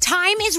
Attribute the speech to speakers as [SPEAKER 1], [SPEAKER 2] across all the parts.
[SPEAKER 1] Time is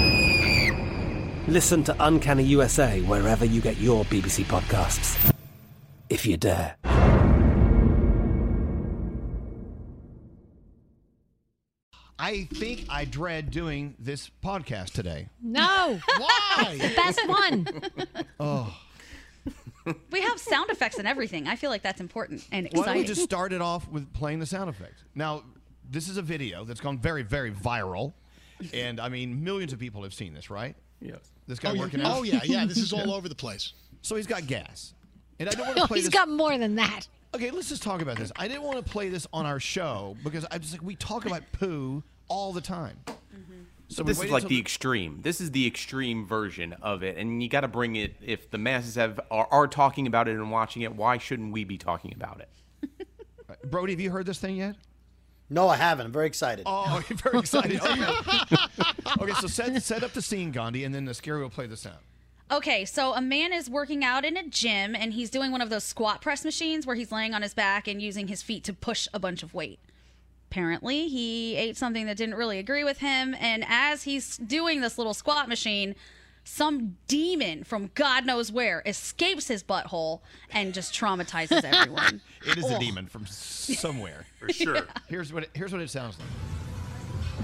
[SPEAKER 2] Listen to Uncanny USA wherever you get your BBC podcasts, if you dare.
[SPEAKER 3] I think I dread doing this podcast today.
[SPEAKER 1] No.
[SPEAKER 3] Why?
[SPEAKER 1] It's the best one.
[SPEAKER 3] Oh.
[SPEAKER 4] We have sound effects and everything. I feel like that's important and exciting.
[SPEAKER 3] Why don't we just start it off with playing the sound effects? Now, this is a video that's gone very, very viral. And I mean, millions of people have seen this, right?
[SPEAKER 5] Yes.
[SPEAKER 3] This guy
[SPEAKER 6] Oh, you-
[SPEAKER 3] working out.
[SPEAKER 6] oh, yeah, yeah, this is all over the place.
[SPEAKER 3] So he's got gas, and I don't want
[SPEAKER 1] No,
[SPEAKER 3] to play
[SPEAKER 1] Oh, he's
[SPEAKER 3] this.
[SPEAKER 1] got more than that.
[SPEAKER 3] okay, let's just talk about this. I didn't want to play this on our show because I was like, we talk about poo all the time.
[SPEAKER 5] So
[SPEAKER 3] we
[SPEAKER 5] this is
[SPEAKER 3] waited
[SPEAKER 5] like
[SPEAKER 3] till
[SPEAKER 5] the extreme. This is the extreme version of it, and you got to bring it. If the masses have are, are talking about it and watching it, why shouldn't we be talking about it?
[SPEAKER 3] Brody, have you heard this thing yet?
[SPEAKER 7] No, I haven't. I'm very excited.
[SPEAKER 3] Oh, you're very excited. Okay. okay, so set set up the scene, Gandhi, and then the scary will play the sound.
[SPEAKER 4] Okay, so a man is working out in a gym and he's doing one of those squat press machines where he's laying on his back and using his feet to push a bunch of weight. Apparently, he ate something that didn't really agree with him, and as he's doing this little squat machine, some demon from God knows where escapes his butthole and just traumatizes everyone.
[SPEAKER 3] It is a
[SPEAKER 4] Oh.
[SPEAKER 3] demon from somewhere. For
[SPEAKER 4] sure. Yeah.
[SPEAKER 3] Here's what it, here's what it sounds like.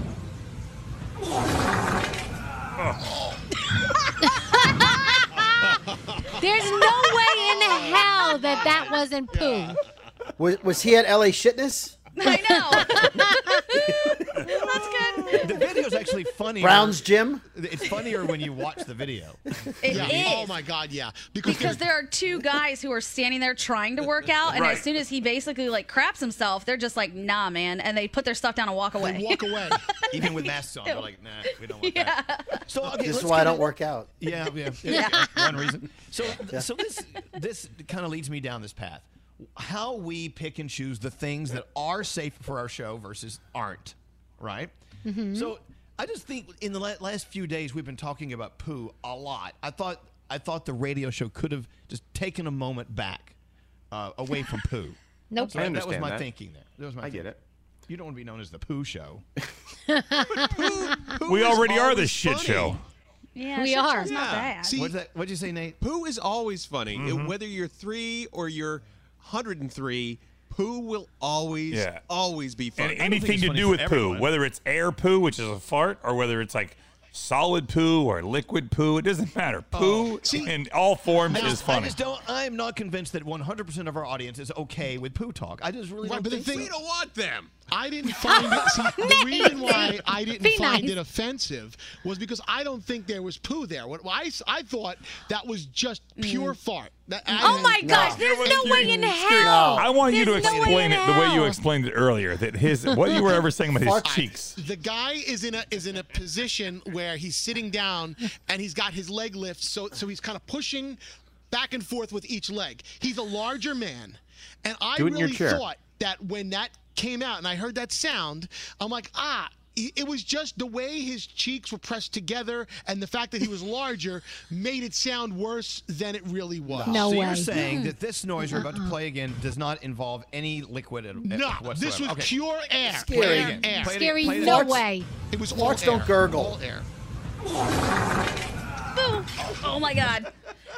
[SPEAKER 1] There's no way in hell that that wasn't poo.
[SPEAKER 7] Was, was he at LA Shitness?
[SPEAKER 4] I know. That's good.
[SPEAKER 3] the video's actually funny.
[SPEAKER 7] Brown's Gym?
[SPEAKER 3] It's funnier when you watch the video.
[SPEAKER 4] It is.
[SPEAKER 6] Oh my God, yeah.
[SPEAKER 4] because there are two guys who are standing there trying to work out, and
[SPEAKER 6] Right.
[SPEAKER 4] as soon as he basically like craps himself, they're just like, "Nah, man," and they put their stuff down and walk away.
[SPEAKER 6] walk away.
[SPEAKER 3] Even with masks on, they're like, nah, we don't want that. So Oh, okay,
[SPEAKER 7] this is
[SPEAKER 3] let's
[SPEAKER 7] why I
[SPEAKER 3] get
[SPEAKER 7] don't
[SPEAKER 3] in-
[SPEAKER 7] work out.
[SPEAKER 3] Yeah, yeah.
[SPEAKER 7] Yeah.
[SPEAKER 3] yeah. One reason. So, so this this kind of leads me down this path. How we pick and choose the things that are safe for our show versus aren't, right? So I just think in the la- last few days we've been talking about poo a lot. I thought I thought the radio show could have just taken a moment back, uh, away from poo.
[SPEAKER 1] Nope.
[SPEAKER 3] So
[SPEAKER 1] I
[SPEAKER 3] that was
[SPEAKER 5] understand
[SPEAKER 3] my
[SPEAKER 5] that.
[SPEAKER 3] thinking there. That was my
[SPEAKER 5] I get
[SPEAKER 3] it. You don't want to be known as the poo show.
[SPEAKER 8] we
[SPEAKER 3] is
[SPEAKER 8] already are the
[SPEAKER 3] always
[SPEAKER 8] shit
[SPEAKER 3] funny.
[SPEAKER 8] show.
[SPEAKER 4] Yeah,
[SPEAKER 1] We
[SPEAKER 4] shit
[SPEAKER 1] are.
[SPEAKER 4] show's not bad.
[SPEAKER 8] See-
[SPEAKER 3] What'd, that, what'd you say, Nate?
[SPEAKER 8] Poo is always funny.
[SPEAKER 9] Mm-hmm.
[SPEAKER 8] Whether you're three or you're 103, poo will always,
[SPEAKER 9] Yeah.
[SPEAKER 8] always be funny.
[SPEAKER 9] And anything to do with poo, whether it's air poo, which is a fart, or whether it's like solid poo or liquid poo, it doesn't matter. Poo in all forms
[SPEAKER 3] Oh. I
[SPEAKER 9] is
[SPEAKER 3] just, I
[SPEAKER 9] funny.
[SPEAKER 3] just don't. I am not convinced that 100% of our audience is okay with poo talk. I just really
[SPEAKER 6] Right,
[SPEAKER 3] don't
[SPEAKER 6] but the
[SPEAKER 3] think
[SPEAKER 6] thing-
[SPEAKER 3] so.
[SPEAKER 6] We don't want them. I didn't find it. See, the reason why I didn't
[SPEAKER 3] Be
[SPEAKER 6] find
[SPEAKER 3] nice.
[SPEAKER 6] it offensive was because I don't think there was poo there. What I, s- I thought that was just pure fart. That- I
[SPEAKER 1] Oh
[SPEAKER 6] didn't-
[SPEAKER 1] my gosh, there's no way in hell.
[SPEAKER 9] I want you to
[SPEAKER 1] There's no way
[SPEAKER 9] explain
[SPEAKER 1] in
[SPEAKER 9] it the way you
[SPEAKER 1] hell.
[SPEAKER 9] explained it earlier. That his what you were ever saying about his
[SPEAKER 6] Fart.
[SPEAKER 9] cheeks.
[SPEAKER 6] The guy is in a is in a position where he's sitting down and he's got his leg lift, so so he's kind of pushing back and forth with each leg. He's a larger man, and I
[SPEAKER 5] Do it in your
[SPEAKER 6] really
[SPEAKER 5] chair.
[SPEAKER 6] thought that when that came out and I heard that sound, I'm like, ah. i- It was just the way his cheeks were pressed together, and the fact that he was larger made it sound worse than it really was.
[SPEAKER 3] so you're saying that this noise you're about to play again does not involve any liquid at, at
[SPEAKER 6] No,
[SPEAKER 3] whatsoever.
[SPEAKER 6] this was
[SPEAKER 3] Okay.
[SPEAKER 6] pure air.
[SPEAKER 3] Scary.
[SPEAKER 6] Pure air.
[SPEAKER 3] Play it again. Play it-
[SPEAKER 1] Scary,
[SPEAKER 3] play it
[SPEAKER 1] no
[SPEAKER 3] again.
[SPEAKER 1] way.
[SPEAKER 6] It was all
[SPEAKER 7] Farts don't
[SPEAKER 6] air.
[SPEAKER 7] gurgle.
[SPEAKER 6] All air.
[SPEAKER 4] Boom. Oh my god.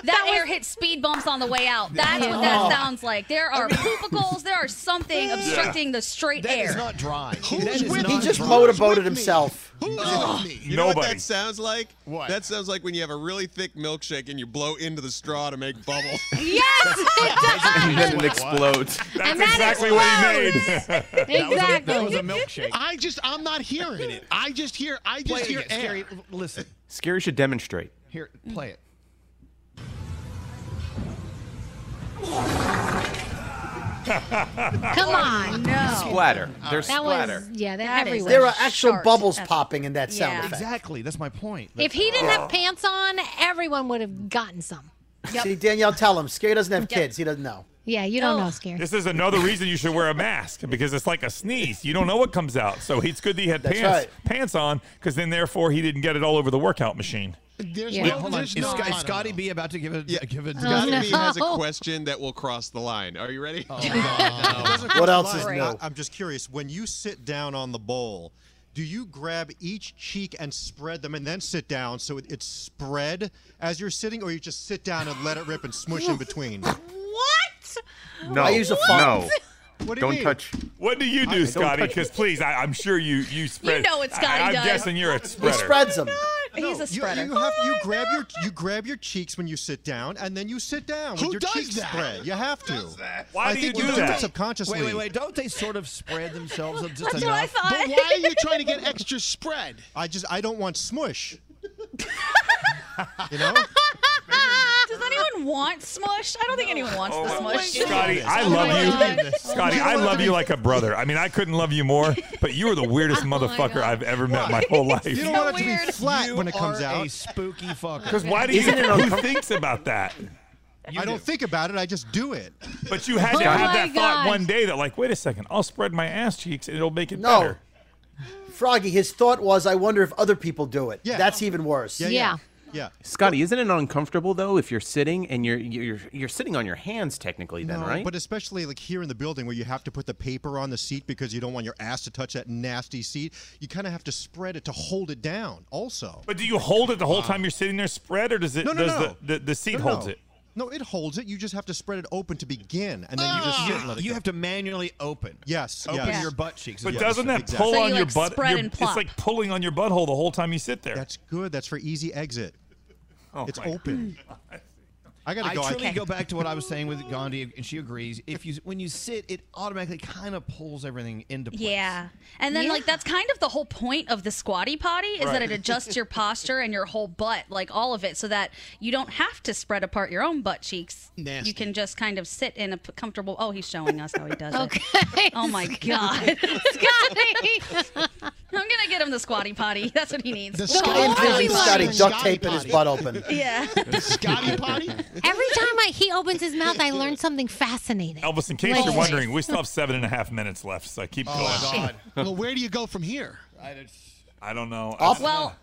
[SPEAKER 4] That air hit speed bumps on the way out. That's what
[SPEAKER 6] Oh.
[SPEAKER 4] that sounds like. There are poopicles. There are something obstructing the straight air.
[SPEAKER 3] dry.
[SPEAKER 7] he just motorboated himself.
[SPEAKER 9] You
[SPEAKER 8] know what
[SPEAKER 9] Nobody.
[SPEAKER 8] that sounds like?
[SPEAKER 3] What?
[SPEAKER 8] That sounds like when you have a really thick milkshake and you blow into the straw to make bubbles.
[SPEAKER 5] and then it
[SPEAKER 4] Oh,
[SPEAKER 5] explodes.
[SPEAKER 6] That's
[SPEAKER 8] And
[SPEAKER 6] that exactly what he
[SPEAKER 5] made.
[SPEAKER 3] That was a milkshake.
[SPEAKER 6] I just, I'm not hearing it. I just hear, I just
[SPEAKER 3] Play it
[SPEAKER 6] hear
[SPEAKER 3] again.
[SPEAKER 6] air.
[SPEAKER 3] Scary. Listen,
[SPEAKER 5] Scary should demonstrate.
[SPEAKER 3] here, play it.
[SPEAKER 1] Come on, no.
[SPEAKER 5] Splatter. There's
[SPEAKER 1] That
[SPEAKER 5] splatter.
[SPEAKER 1] was yeah, they're
[SPEAKER 4] That is
[SPEAKER 1] everywhere.
[SPEAKER 7] There are actual bubbles popping in that sound
[SPEAKER 1] Yeah.
[SPEAKER 7] effect.
[SPEAKER 3] Exactly. That's my point.
[SPEAKER 1] If he didn't have pants on, everyone would have gotten some.
[SPEAKER 7] See, Danielle, tell him. Scary doesn't have kids. He doesn't know.
[SPEAKER 1] Yeah, you
[SPEAKER 4] Oh.
[SPEAKER 1] don't know, Scary.
[SPEAKER 9] This is another reason you should wear a mask because it's like a sneeze. You don't know what comes out. So it's good that he had
[SPEAKER 7] That's
[SPEAKER 9] pants
[SPEAKER 7] right.
[SPEAKER 9] pants on because then therefore he didn't get it all over the workout machine.
[SPEAKER 6] There's
[SPEAKER 3] Wait, hold on. Is,
[SPEAKER 6] no- Oh,
[SPEAKER 3] Sc-
[SPEAKER 6] I
[SPEAKER 3] is
[SPEAKER 6] don't
[SPEAKER 3] Scotty B about to give a give a?
[SPEAKER 8] Scotty B has a
[SPEAKER 3] No.
[SPEAKER 8] question that will cross the line. Are you
[SPEAKER 9] Oh,
[SPEAKER 8] ready?
[SPEAKER 3] What else is new?
[SPEAKER 9] no?
[SPEAKER 10] I'm just curious. When you sit down on the bowl, do you grab each cheek and spread them and then sit down so it, it's spread as you're sitting, or you just sit down and let it rip and smush in between?
[SPEAKER 1] What?
[SPEAKER 10] No. I use a What? phone.
[SPEAKER 8] What
[SPEAKER 10] do you Don't mean? touch-
[SPEAKER 9] What do you
[SPEAKER 10] I-
[SPEAKER 9] do,
[SPEAKER 10] don't
[SPEAKER 9] Scotty?
[SPEAKER 10] touch-
[SPEAKER 9] Because please, I, I'm sure you you spread.
[SPEAKER 4] know what Scotty
[SPEAKER 9] I, am
[SPEAKER 4] does.
[SPEAKER 9] guessing you're a
[SPEAKER 7] He
[SPEAKER 9] spreader.
[SPEAKER 7] spreads them.
[SPEAKER 4] He's a
[SPEAKER 10] You,
[SPEAKER 4] spreader.
[SPEAKER 10] you have you grab your you grab your cheeks when you sit down, and then you sit down with
[SPEAKER 6] Who
[SPEAKER 10] your
[SPEAKER 6] does
[SPEAKER 10] cheeks
[SPEAKER 6] that?
[SPEAKER 10] spread. You have to.
[SPEAKER 9] Why
[SPEAKER 10] I
[SPEAKER 9] do
[SPEAKER 10] think
[SPEAKER 9] you do
[SPEAKER 10] do
[SPEAKER 9] that?
[SPEAKER 10] it subconsciously.
[SPEAKER 3] Wait, wait, wait! Don't they sort of spread themselves just
[SPEAKER 10] That's what I
[SPEAKER 3] enough?
[SPEAKER 10] thought.
[SPEAKER 6] But why are you trying to get extra spread?
[SPEAKER 10] I just I don't want smush. you know?
[SPEAKER 4] Does anyone want smush? I don't think anyone wants the smush.
[SPEAKER 9] Scotty, I
[SPEAKER 10] Oh
[SPEAKER 9] love you. Scotty, I love you like a brother. I mean, I couldn't love you more, but you are the
[SPEAKER 10] Oh
[SPEAKER 9] weirdest motherfucker I've ever met my whole life.
[SPEAKER 10] You don't want it to be flat when it comes
[SPEAKER 3] are
[SPEAKER 10] out.
[SPEAKER 3] a spooky fucker.
[SPEAKER 9] Because why do you?
[SPEAKER 10] Isn't it
[SPEAKER 9] Who
[SPEAKER 10] uncom-
[SPEAKER 9] thinks about that?
[SPEAKER 10] I don't think about it. I just do it.
[SPEAKER 9] But you had to
[SPEAKER 10] Oh
[SPEAKER 9] have
[SPEAKER 10] my
[SPEAKER 9] that thought
[SPEAKER 10] gosh.
[SPEAKER 9] one day that like, wait a second, Oh, I'll spread my ass cheeks and it'll make it
[SPEAKER 7] No.
[SPEAKER 9] better.
[SPEAKER 7] Froggy, his thought was, I wonder if other people do it. That's even worse.
[SPEAKER 10] Yeah.
[SPEAKER 5] Scotty, isn't it uncomfortable though if you're sitting and you're you're you're sitting on your hands technically then,
[SPEAKER 10] No,
[SPEAKER 5] right?
[SPEAKER 10] But especially like here in the building where you have to put the paper on the seat because you don't want your ass to touch that nasty seat. You kind of have to spread it to hold it down. Also. Uh,
[SPEAKER 9] But do you hold it the whole
[SPEAKER 10] Wow.
[SPEAKER 9] time you're sitting there spread, or does it?
[SPEAKER 10] No, no,
[SPEAKER 9] does
[SPEAKER 10] no.
[SPEAKER 9] The, the, the seat
[SPEAKER 10] No,
[SPEAKER 9] holds
[SPEAKER 10] no.
[SPEAKER 9] it?
[SPEAKER 10] No, it holds it. You just have to spread it open to begin, and then you just sit and let it
[SPEAKER 3] Ah. You
[SPEAKER 10] go.
[SPEAKER 3] have to manually open.
[SPEAKER 10] Yes.
[SPEAKER 3] Open
[SPEAKER 10] yes.
[SPEAKER 3] your butt cheeks.
[SPEAKER 9] But
[SPEAKER 3] Yeah.
[SPEAKER 9] doesn't that
[SPEAKER 3] Exactly.
[SPEAKER 9] pull
[SPEAKER 3] So you,
[SPEAKER 9] on your
[SPEAKER 3] like,
[SPEAKER 9] butt?
[SPEAKER 3] spread
[SPEAKER 9] your-
[SPEAKER 3] and
[SPEAKER 9] it's
[SPEAKER 3] plop.
[SPEAKER 9] like pulling on your butthole the whole time you sit there. Oh
[SPEAKER 10] That's good. That's for easy exit. it's open. I I gotta go. I
[SPEAKER 3] I truly
[SPEAKER 10] can't-
[SPEAKER 3] go back to what I was saying with Gandhi, and she agrees. If you when you sit, it automatically kind of pulls everything into place.
[SPEAKER 4] Yeah. And then,
[SPEAKER 3] Yeah.
[SPEAKER 4] like, that's kind of the whole point of the squatty potty is that
[SPEAKER 3] Right.
[SPEAKER 4] it adjusts your posture and your whole butt, like all of it, so that you don't have to spread apart your own butt cheeks. You can just kind of sit in a p- comfortable. Oh, he's showing us how he does it. Oh, my God. Scotty! I'm going to get him the squatty potty. That's what he needs.
[SPEAKER 7] The Scotty envisions Scotty duct taping his butt open.
[SPEAKER 4] Yeah.
[SPEAKER 6] Scotty potty?
[SPEAKER 1] Every time I, he opens his mouth, I learn something fascinating.
[SPEAKER 9] Elvis, in case
[SPEAKER 1] Like-
[SPEAKER 9] you're wondering, we still have seven and a half minutes left, so keep
[SPEAKER 6] Oh,
[SPEAKER 9] going.
[SPEAKER 6] God. well, where do you go from here?
[SPEAKER 9] I don't know.
[SPEAKER 4] Well,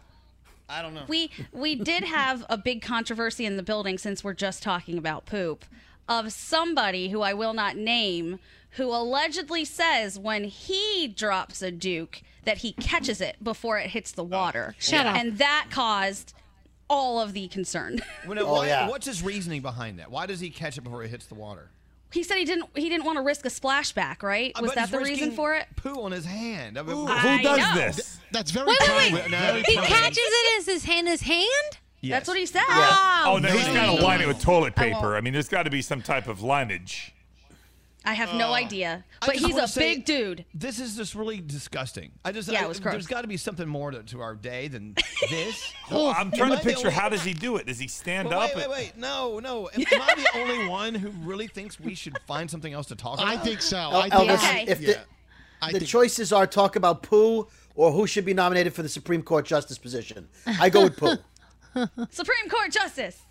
[SPEAKER 3] I don't know.
[SPEAKER 4] we we did have a big controversy in the building since we're just talking about poop of somebody who I will not name who allegedly says when he drops a duke that he catches it before it hits the water.
[SPEAKER 1] Oh, Shut up.
[SPEAKER 4] And that caused all of the concern.
[SPEAKER 3] Well,
[SPEAKER 9] Oh,
[SPEAKER 3] now, why, What's his reasoning behind that? Why does he catch it before it hits the water?
[SPEAKER 4] He said he didn't he didn't want to risk a splashback, right?
[SPEAKER 3] I
[SPEAKER 4] Was
[SPEAKER 3] bet
[SPEAKER 4] that
[SPEAKER 3] he's
[SPEAKER 4] the reason
[SPEAKER 3] risking
[SPEAKER 4] for it?
[SPEAKER 3] Poo on his hand. I mean,
[SPEAKER 4] Ooh, who I does know. this?
[SPEAKER 6] that's very
[SPEAKER 1] Wait, wait,
[SPEAKER 6] private.
[SPEAKER 1] wait. He catches it as his hand. His hand?
[SPEAKER 4] That's what he said.
[SPEAKER 9] Oh, no, he's got to line it with toilet
[SPEAKER 4] I won't.
[SPEAKER 9] paper. I mean, there's got to be some type of lineage.
[SPEAKER 4] I have no idea.
[SPEAKER 3] Uh, I
[SPEAKER 4] But
[SPEAKER 3] just
[SPEAKER 4] he's
[SPEAKER 3] wanna
[SPEAKER 4] a
[SPEAKER 3] say,
[SPEAKER 4] big dude.
[SPEAKER 3] This is just really disgusting. I just
[SPEAKER 4] Yeah,
[SPEAKER 3] I-
[SPEAKER 4] it was gross.
[SPEAKER 3] There's got to be something more to, to our day than this.
[SPEAKER 9] Well, I'm trying to
[SPEAKER 3] Am I the
[SPEAKER 9] picture
[SPEAKER 3] only-
[SPEAKER 9] how does he do it? Does he stand
[SPEAKER 3] But
[SPEAKER 9] up?
[SPEAKER 3] wait, wait, wait! No, no. Am, am I the only one who really thinks we should find something else to talk about?
[SPEAKER 6] I think so.
[SPEAKER 7] El- Elvis, if the, the
[SPEAKER 3] think-
[SPEAKER 7] choices are talk about poo or who should be nominated for the Supreme Court justice position, I go with poo.
[SPEAKER 4] Supreme Court justice.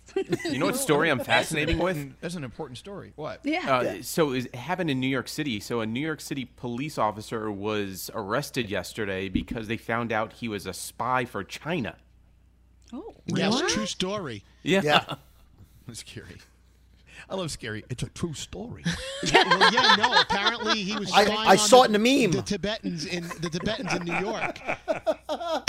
[SPEAKER 5] You know what story I'm fascinating with?
[SPEAKER 3] That's an important story. What?
[SPEAKER 5] Uh, So it happened in New York City. So a New York City police officer was arrested yesterday because they found out he was a spy for China.
[SPEAKER 6] Yes, true story.
[SPEAKER 5] Yeah.
[SPEAKER 3] It's scary. I love scary. It's a true story.
[SPEAKER 6] Yeah, well, yeah, no. Apparently, he was.
[SPEAKER 7] I-
[SPEAKER 6] spying
[SPEAKER 7] I
[SPEAKER 6] on
[SPEAKER 7] saw
[SPEAKER 6] the,
[SPEAKER 7] it in a meme.
[SPEAKER 6] The Tibetans in the Tibetans in New York,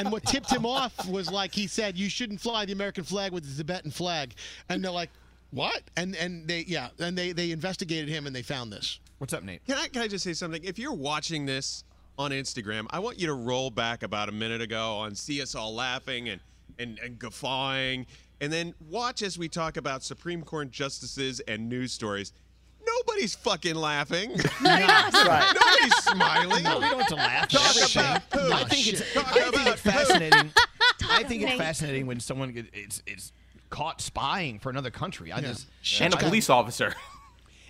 [SPEAKER 6] and what tipped him off was like he said, "You shouldn't fly the American flag with the Tibetan flag," and they're like, "What?" And and they yeah, and they they investigated him and they found this.
[SPEAKER 3] What's up, Nate?
[SPEAKER 8] Can I can I just say something? If you're watching this on Instagram, I want you to roll back about a minute ago and see us all laughing and and, and guffawing, and then watch as we talk about Supreme Court justices and news stories. Nobody's fucking laughing.
[SPEAKER 3] Right.
[SPEAKER 8] Nobody's smiling.
[SPEAKER 3] No, we don't have to laugh.
[SPEAKER 8] Talk
[SPEAKER 3] That's a
[SPEAKER 8] about
[SPEAKER 3] shame.
[SPEAKER 8] poo.
[SPEAKER 3] I think it's,
[SPEAKER 8] Talk
[SPEAKER 3] I think
[SPEAKER 8] about
[SPEAKER 3] it's fascinating. I think it's
[SPEAKER 5] Nate.
[SPEAKER 3] fascinating when someone get- it's it's caught spying for another country. I just
[SPEAKER 5] And a
[SPEAKER 3] I-
[SPEAKER 5] police officer.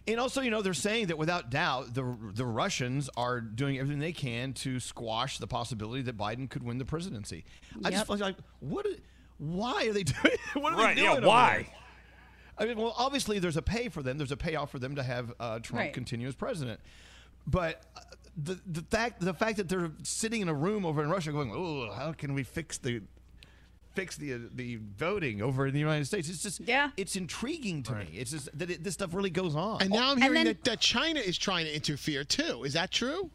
[SPEAKER 3] And also, you know, they're saying that without doubt, the the Russians are doing everything they can to squash the possibility that Biden could win the presidency. I just
[SPEAKER 9] Yep.
[SPEAKER 3] feel like what? i- Why are they doing? What are
[SPEAKER 9] Right,
[SPEAKER 3] they
[SPEAKER 9] yeah,
[SPEAKER 3] doing? over
[SPEAKER 9] why?
[SPEAKER 3] there? I mean, well, obviously, there's a pay for them. There's a payoff for them to have uh, Trump
[SPEAKER 9] Right.
[SPEAKER 3] continue as president. But uh, the the fact the fact that they're sitting in a room over in Russia going, oh, how can we fix the fix the uh, the voting over in the United States? It's just yeah, it's intriguing to me. It's just that it, this stuff really goes on.
[SPEAKER 1] Oh,
[SPEAKER 6] And now I'm hearing that, that China is trying to interfere too. Is that true?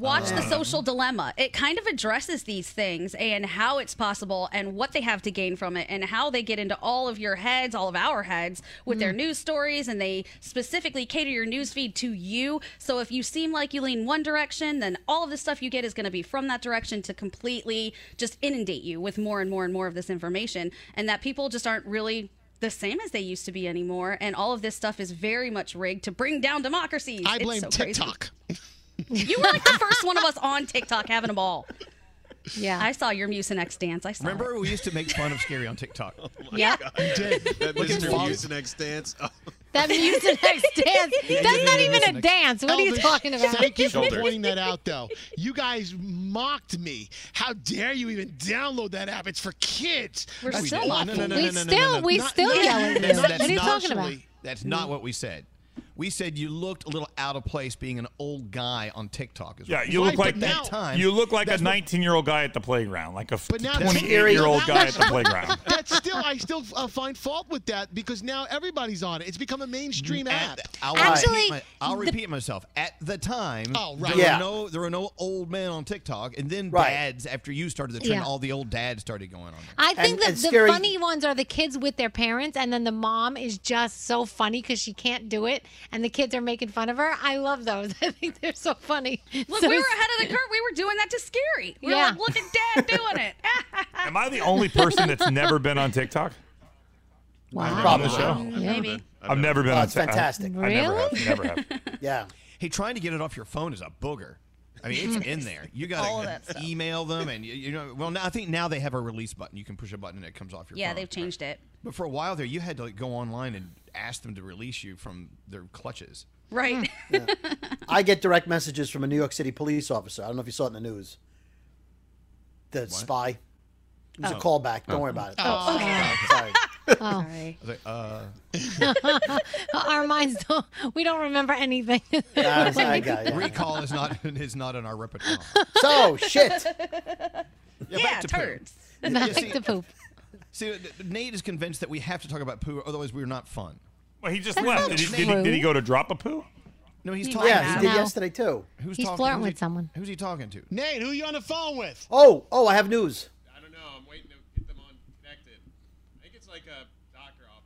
[SPEAKER 4] Watch the
[SPEAKER 6] Um.
[SPEAKER 4] social dilemma. It kind of addresses these things and how it's possible and what they have to gain from it and how they get into all of your heads, all of our heads with their news stories and they specifically cater your news feed to you. So if you seem like you lean one direction, then all of the stuff you get is going to be from that direction to completely just inundate you with more and more and more of this information and that people just aren't really the same as they used to be anymore and all of this stuff is very much rigged to bring down democracies.
[SPEAKER 6] I
[SPEAKER 4] It's
[SPEAKER 6] blame
[SPEAKER 4] so crazy.
[SPEAKER 6] TikTok.
[SPEAKER 4] You were like the first one of us on TikTok having a ball.
[SPEAKER 1] Yeah.
[SPEAKER 4] I saw your Mucinex dance. I saw
[SPEAKER 3] Remember, we used to make fun of Scary on TikTok.
[SPEAKER 6] Oh
[SPEAKER 4] my Yeah. God.
[SPEAKER 8] That
[SPEAKER 3] Look at
[SPEAKER 8] Mr.
[SPEAKER 3] Fox.
[SPEAKER 8] Mucinex dance. Oh,
[SPEAKER 1] That Mucinex dance.
[SPEAKER 6] Yeah,
[SPEAKER 1] That's
[SPEAKER 6] you
[SPEAKER 1] not
[SPEAKER 6] did
[SPEAKER 1] even a
[SPEAKER 6] Mucinex.
[SPEAKER 1] dance. What are you
[SPEAKER 6] Elvis,
[SPEAKER 1] talking about?
[SPEAKER 6] Thank you for
[SPEAKER 8] Shoulders.
[SPEAKER 6] pointing that out, though. You guys mocked me. How dare you even download that app? It's for kids.
[SPEAKER 1] We're
[SPEAKER 6] That's
[SPEAKER 1] still
[SPEAKER 6] not-
[SPEAKER 1] mocking you. We still- we still yell at you.
[SPEAKER 6] that's-
[SPEAKER 1] What
[SPEAKER 6] that's
[SPEAKER 1] are you
[SPEAKER 6] not-
[SPEAKER 1] talking about?
[SPEAKER 3] That's not what we said. We said you looked a little out of place being an old guy on TikTok. Is
[SPEAKER 9] Yeah,
[SPEAKER 3] what-
[SPEAKER 9] you look like
[SPEAKER 3] that time.
[SPEAKER 9] You look like a
[SPEAKER 3] that's what-
[SPEAKER 9] 19 year old guy at the playground, like a
[SPEAKER 6] now-
[SPEAKER 9] 28 year old guy at the playground.
[SPEAKER 6] That's still, I still uh, find fault with that because now everybody's on it. It's become a mainstream app.
[SPEAKER 3] Mm, I'll repeat, my- I'll repeat myself. At the time,
[SPEAKER 6] Oh, right.
[SPEAKER 3] there
[SPEAKER 6] Yeah.
[SPEAKER 3] were no there were no old men on TikTok, and then dads. After you started the trend,
[SPEAKER 1] Yeah.
[SPEAKER 3] all the old dads started going on. there.
[SPEAKER 1] I think
[SPEAKER 3] And-
[SPEAKER 1] the,
[SPEAKER 3] and
[SPEAKER 1] the
[SPEAKER 3] scary-
[SPEAKER 1] funny ones are the kids with their parents, and then the mom is just so funny because she can't do it, and the kids are making fun of her. I love those. I think they're so funny.
[SPEAKER 4] Look,
[SPEAKER 1] So
[SPEAKER 4] we were
[SPEAKER 1] s-
[SPEAKER 4] ahead of the curve. We were doing that to Scary. We
[SPEAKER 1] Yeah.
[SPEAKER 4] were like, look at Dad doing it.
[SPEAKER 9] Am I the only person that's never been on TikTok? Wow.
[SPEAKER 7] Probably.
[SPEAKER 4] Maybe.
[SPEAKER 9] I've never been
[SPEAKER 7] Oh,
[SPEAKER 9] on
[SPEAKER 7] it's
[SPEAKER 9] Sa- I've-
[SPEAKER 7] fantastic.
[SPEAKER 9] I never have. Never have.
[SPEAKER 7] yeah.
[SPEAKER 3] Hey, trying to get it off your phone is a booger. I mean, it's in there. You gotta
[SPEAKER 4] All of that stuff.
[SPEAKER 3] email them, and you, you know. Well, now I think now they have a release button. You can push a button, and it comes off your
[SPEAKER 4] Yeah,
[SPEAKER 3] phone.
[SPEAKER 4] they've changed it.
[SPEAKER 3] But for a while there, you had to like, go online and ask them to release you from their clutches.
[SPEAKER 4] Right.
[SPEAKER 7] I get direct messages from a New York City police officer. I don't know if you saw it in the news. The spy. It was
[SPEAKER 3] Oh.
[SPEAKER 7] a callback. Don't worry about it.
[SPEAKER 1] Oh, okay.
[SPEAKER 7] Sorry.
[SPEAKER 1] Oh.
[SPEAKER 3] I was like, uh,
[SPEAKER 1] Our minds don't, we don't remember anything.
[SPEAKER 3] recall is not is not in our repertoire.
[SPEAKER 7] So shit.
[SPEAKER 3] Yeah, back to turds.
[SPEAKER 1] Back to poop.
[SPEAKER 3] See, Nate is convinced that we have to talk about poo, otherwise we're not fun.
[SPEAKER 9] Well, he just
[SPEAKER 1] That's
[SPEAKER 9] left.
[SPEAKER 1] not
[SPEAKER 9] Did he, did, he,
[SPEAKER 1] true.
[SPEAKER 9] did he go to drop a poo?
[SPEAKER 3] No, he's
[SPEAKER 1] He
[SPEAKER 3] talking.
[SPEAKER 1] Yeah, he
[SPEAKER 3] to
[SPEAKER 1] did
[SPEAKER 3] him.
[SPEAKER 7] yesterday too.
[SPEAKER 3] Who's
[SPEAKER 1] He's
[SPEAKER 3] talking?
[SPEAKER 1] flirting
[SPEAKER 3] who's
[SPEAKER 1] with
[SPEAKER 3] he-
[SPEAKER 1] someone.
[SPEAKER 3] Who's he talking to?
[SPEAKER 6] Nate, who you on the phone with?
[SPEAKER 7] Oh, oh, I have news.
[SPEAKER 8] I think it's like a doctor office.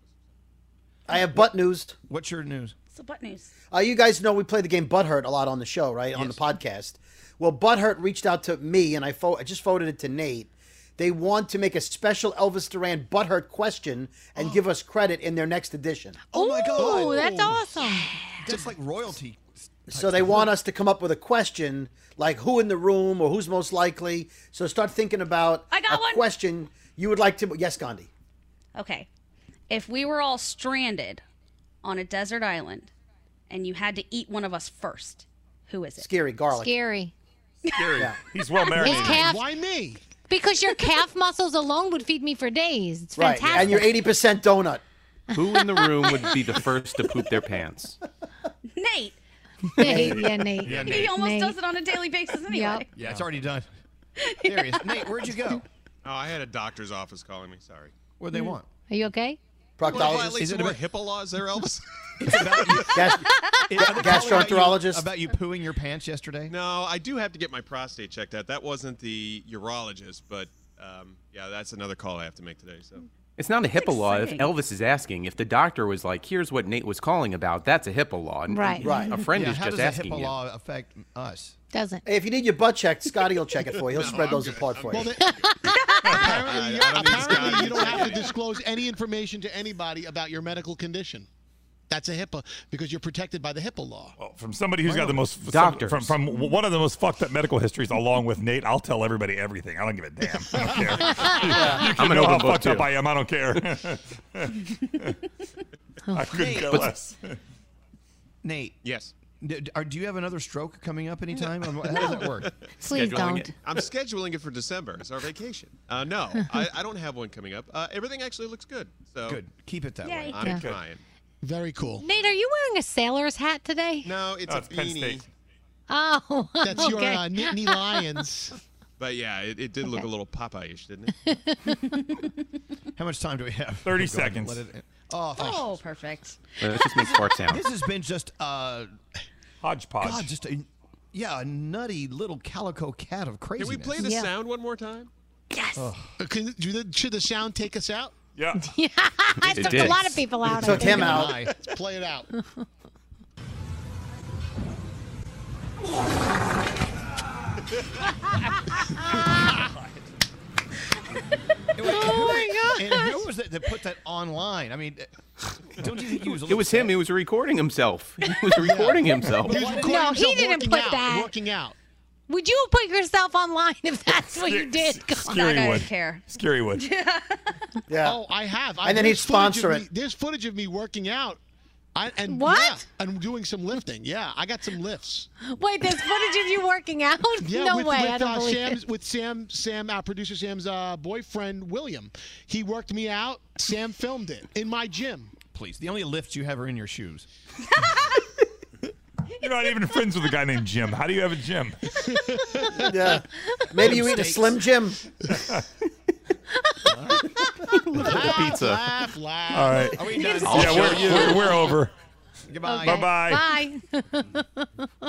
[SPEAKER 7] I have butt news.
[SPEAKER 3] What's your news?
[SPEAKER 4] So butt news.
[SPEAKER 7] Uh, you guys know we play the game Butthurt a lot on the show, right? On the podcast. Well, Butthurt reached out to me, and I, fo- I just forwarded it to Nate. They want to make a special Elvis Duran Butthurt question and give us credit in their next edition.
[SPEAKER 3] Oh my
[SPEAKER 1] Ooh,
[SPEAKER 3] god!
[SPEAKER 1] that's awesome.
[SPEAKER 3] That's like royalty.
[SPEAKER 7] So they want us to come up with a question like who in the room or who's most likely. So start thinking about
[SPEAKER 4] I got
[SPEAKER 7] a
[SPEAKER 4] one.
[SPEAKER 7] question you would like to. Yes, Gandhi.
[SPEAKER 4] Okay. If we were all stranded on a desert island and you had to eat one of us first, who is it?
[SPEAKER 7] Scary garlic.
[SPEAKER 1] Scary.
[SPEAKER 9] Gary, he's well marinated.
[SPEAKER 1] His calf-
[SPEAKER 6] Why me?
[SPEAKER 1] Because your calf muscles alone would feed me for days. It's
[SPEAKER 7] Right,
[SPEAKER 1] fantastic.
[SPEAKER 7] and you're eighty percent donut.
[SPEAKER 5] Who in the room would be the first to poop their pants?
[SPEAKER 4] Nate.
[SPEAKER 1] Nate, yeah, Nate.
[SPEAKER 3] Yeah,
[SPEAKER 4] He
[SPEAKER 3] Nate.
[SPEAKER 4] almost
[SPEAKER 1] Nate.
[SPEAKER 4] does it on a daily basis anyway.
[SPEAKER 3] Yeah, it's already done. There he is. Nate, where'd you go?
[SPEAKER 8] Oh, I had a doctor's office calling me. Sorry.
[SPEAKER 3] What'd they want?
[SPEAKER 1] Are you okay?
[SPEAKER 8] Well, at
[SPEAKER 7] Proctologist.
[SPEAKER 8] least
[SPEAKER 7] Is it
[SPEAKER 8] more
[SPEAKER 7] about-
[SPEAKER 8] HIPAA laws there, Elvis?
[SPEAKER 7] Gas-
[SPEAKER 3] Is- are they
[SPEAKER 7] gastroenterologist.
[SPEAKER 3] About you, about you pooing your pants yesterday?
[SPEAKER 8] no, I do have to get my prostate checked out. That wasn't the urologist, but um, yeah, that's another call I have to make today. So
[SPEAKER 5] It's not a HIPAA law if
[SPEAKER 4] exciting.
[SPEAKER 5] Elvis is asking. If the doctor was like, "Here's what Nate was calling about," that's a HIPAA law. And
[SPEAKER 1] Right. Right.
[SPEAKER 5] A friend
[SPEAKER 3] yeah,
[SPEAKER 5] is
[SPEAKER 3] how
[SPEAKER 5] just
[SPEAKER 3] does
[SPEAKER 5] asking
[SPEAKER 3] the HIPAA
[SPEAKER 5] you.
[SPEAKER 3] law affect us?
[SPEAKER 1] Doesn't.
[SPEAKER 7] Hey, if you need your butt checked, Scotty will check it for you. He'll
[SPEAKER 8] No,
[SPEAKER 7] spread
[SPEAKER 8] I'm
[SPEAKER 7] those
[SPEAKER 8] good.
[SPEAKER 7] apart for
[SPEAKER 6] Well,
[SPEAKER 7] you.
[SPEAKER 6] then, apparently, you're-
[SPEAKER 8] I don't think
[SPEAKER 6] apparently
[SPEAKER 8] Scott-
[SPEAKER 6] you don't have to disclose any information to anybody about your medical condition. That's a HIPAA because you're protected by the HIPAA law.
[SPEAKER 3] Oh.
[SPEAKER 9] From somebody who's got the most some-
[SPEAKER 5] Doctors.
[SPEAKER 9] from from w- one of the most fucked up medical histories, along with Nate, I'll tell everybody everything. I don't give a damn. I don't care. You can
[SPEAKER 5] I'm an
[SPEAKER 9] know how
[SPEAKER 5] open book,
[SPEAKER 9] fucked up
[SPEAKER 5] too.
[SPEAKER 9] I am. I don't care. I couldn't care less.
[SPEAKER 3] Nate,
[SPEAKER 8] yes,
[SPEAKER 3] d- d- are, do you have another stroke coming up anytime? Or How does it work?
[SPEAKER 1] Please
[SPEAKER 5] Scheduling
[SPEAKER 1] don't.
[SPEAKER 5] it.
[SPEAKER 8] I'm scheduling it for December. It's our vacation. Uh, no, I, I don't have one coming up. Uh, everything actually looks good. So
[SPEAKER 3] Good. Keep it that way.
[SPEAKER 4] Yay.
[SPEAKER 8] I'm
[SPEAKER 1] Yeah.
[SPEAKER 8] trying.
[SPEAKER 6] Very cool.
[SPEAKER 1] Nate, are you wearing a sailor's hat today?
[SPEAKER 8] No, it's
[SPEAKER 9] No,
[SPEAKER 8] a
[SPEAKER 9] Oh, it's Penn
[SPEAKER 8] beanie.
[SPEAKER 9] State.
[SPEAKER 1] Oh,
[SPEAKER 6] That's
[SPEAKER 1] okay.
[SPEAKER 6] your uh, Nittany Lions.
[SPEAKER 8] But yeah, it, it did look a little Popeye-ish, didn't it?
[SPEAKER 3] How much time do we
[SPEAKER 9] 30
[SPEAKER 3] have? Go ahead and
[SPEAKER 9] seconds.
[SPEAKER 3] let it in. oh, thank you.
[SPEAKER 4] Oh, perfect.
[SPEAKER 5] Uh, Let's just make fart sounds.
[SPEAKER 3] This has been just, uh,
[SPEAKER 9] Hodgepodge.
[SPEAKER 3] God, just a, yeah, a nutty little calico cat of
[SPEAKER 8] Can
[SPEAKER 3] craziness.
[SPEAKER 8] we play the
[SPEAKER 1] Yeah.
[SPEAKER 8] sound one more time?
[SPEAKER 6] Uh, Can, do the, should the sound take us out?
[SPEAKER 9] yeah.
[SPEAKER 1] I
[SPEAKER 5] It
[SPEAKER 1] took a
[SPEAKER 5] did.
[SPEAKER 1] lot of people out. I
[SPEAKER 7] Took
[SPEAKER 1] think.
[SPEAKER 7] him out.
[SPEAKER 3] Hi.
[SPEAKER 6] Let's play it out.
[SPEAKER 1] Oh my
[SPEAKER 3] And who was it that put that online? I mean, uh, don't you think he was? A
[SPEAKER 5] It was him. He was recording himself. He was recording himself.
[SPEAKER 6] He was recording
[SPEAKER 1] No, he
[SPEAKER 6] himself
[SPEAKER 1] didn't
[SPEAKER 6] working
[SPEAKER 1] put
[SPEAKER 6] out,
[SPEAKER 1] that.
[SPEAKER 6] Working out.
[SPEAKER 1] Would you put yourself online if that's what you did? God.
[SPEAKER 9] Scary
[SPEAKER 4] guy
[SPEAKER 9] would.
[SPEAKER 4] doesn't care.
[SPEAKER 9] Scary would.
[SPEAKER 7] Yeah.
[SPEAKER 6] Oh, I have. I,
[SPEAKER 7] And then he'd
[SPEAKER 6] there's footage of
[SPEAKER 7] sponsor
[SPEAKER 6] Me,
[SPEAKER 7] it.
[SPEAKER 6] there's footage of me working out. I, and
[SPEAKER 1] What?
[SPEAKER 6] Yeah, and doing some lifting. Yeah, I got some lifts.
[SPEAKER 1] Wait, there's footage of you working out?
[SPEAKER 6] Yeah,
[SPEAKER 1] no
[SPEAKER 6] with,
[SPEAKER 1] way.
[SPEAKER 6] With,
[SPEAKER 1] I don't
[SPEAKER 6] uh,
[SPEAKER 1] believe
[SPEAKER 6] Sam's,
[SPEAKER 1] it.
[SPEAKER 6] With Sam, Sam, our producer Sam's uh, boyfriend William, he worked me out. Sam filmed it in my gym.
[SPEAKER 3] Please, the only lifts you have are in your shoes.
[SPEAKER 9] You're not even friends with a guy named Jim. How do you have a Jim?
[SPEAKER 7] Yeah. Maybe you eat a
[SPEAKER 3] Steaks.
[SPEAKER 7] Slim Jim.
[SPEAKER 5] The pizza.
[SPEAKER 6] Laugh, laugh.
[SPEAKER 9] All right.
[SPEAKER 3] Are we done?
[SPEAKER 5] I'll
[SPEAKER 9] yeah,
[SPEAKER 5] show
[SPEAKER 9] we're,
[SPEAKER 5] you.
[SPEAKER 9] We're, we're over.
[SPEAKER 3] Goodbye.
[SPEAKER 9] Bye bye.
[SPEAKER 1] Bye.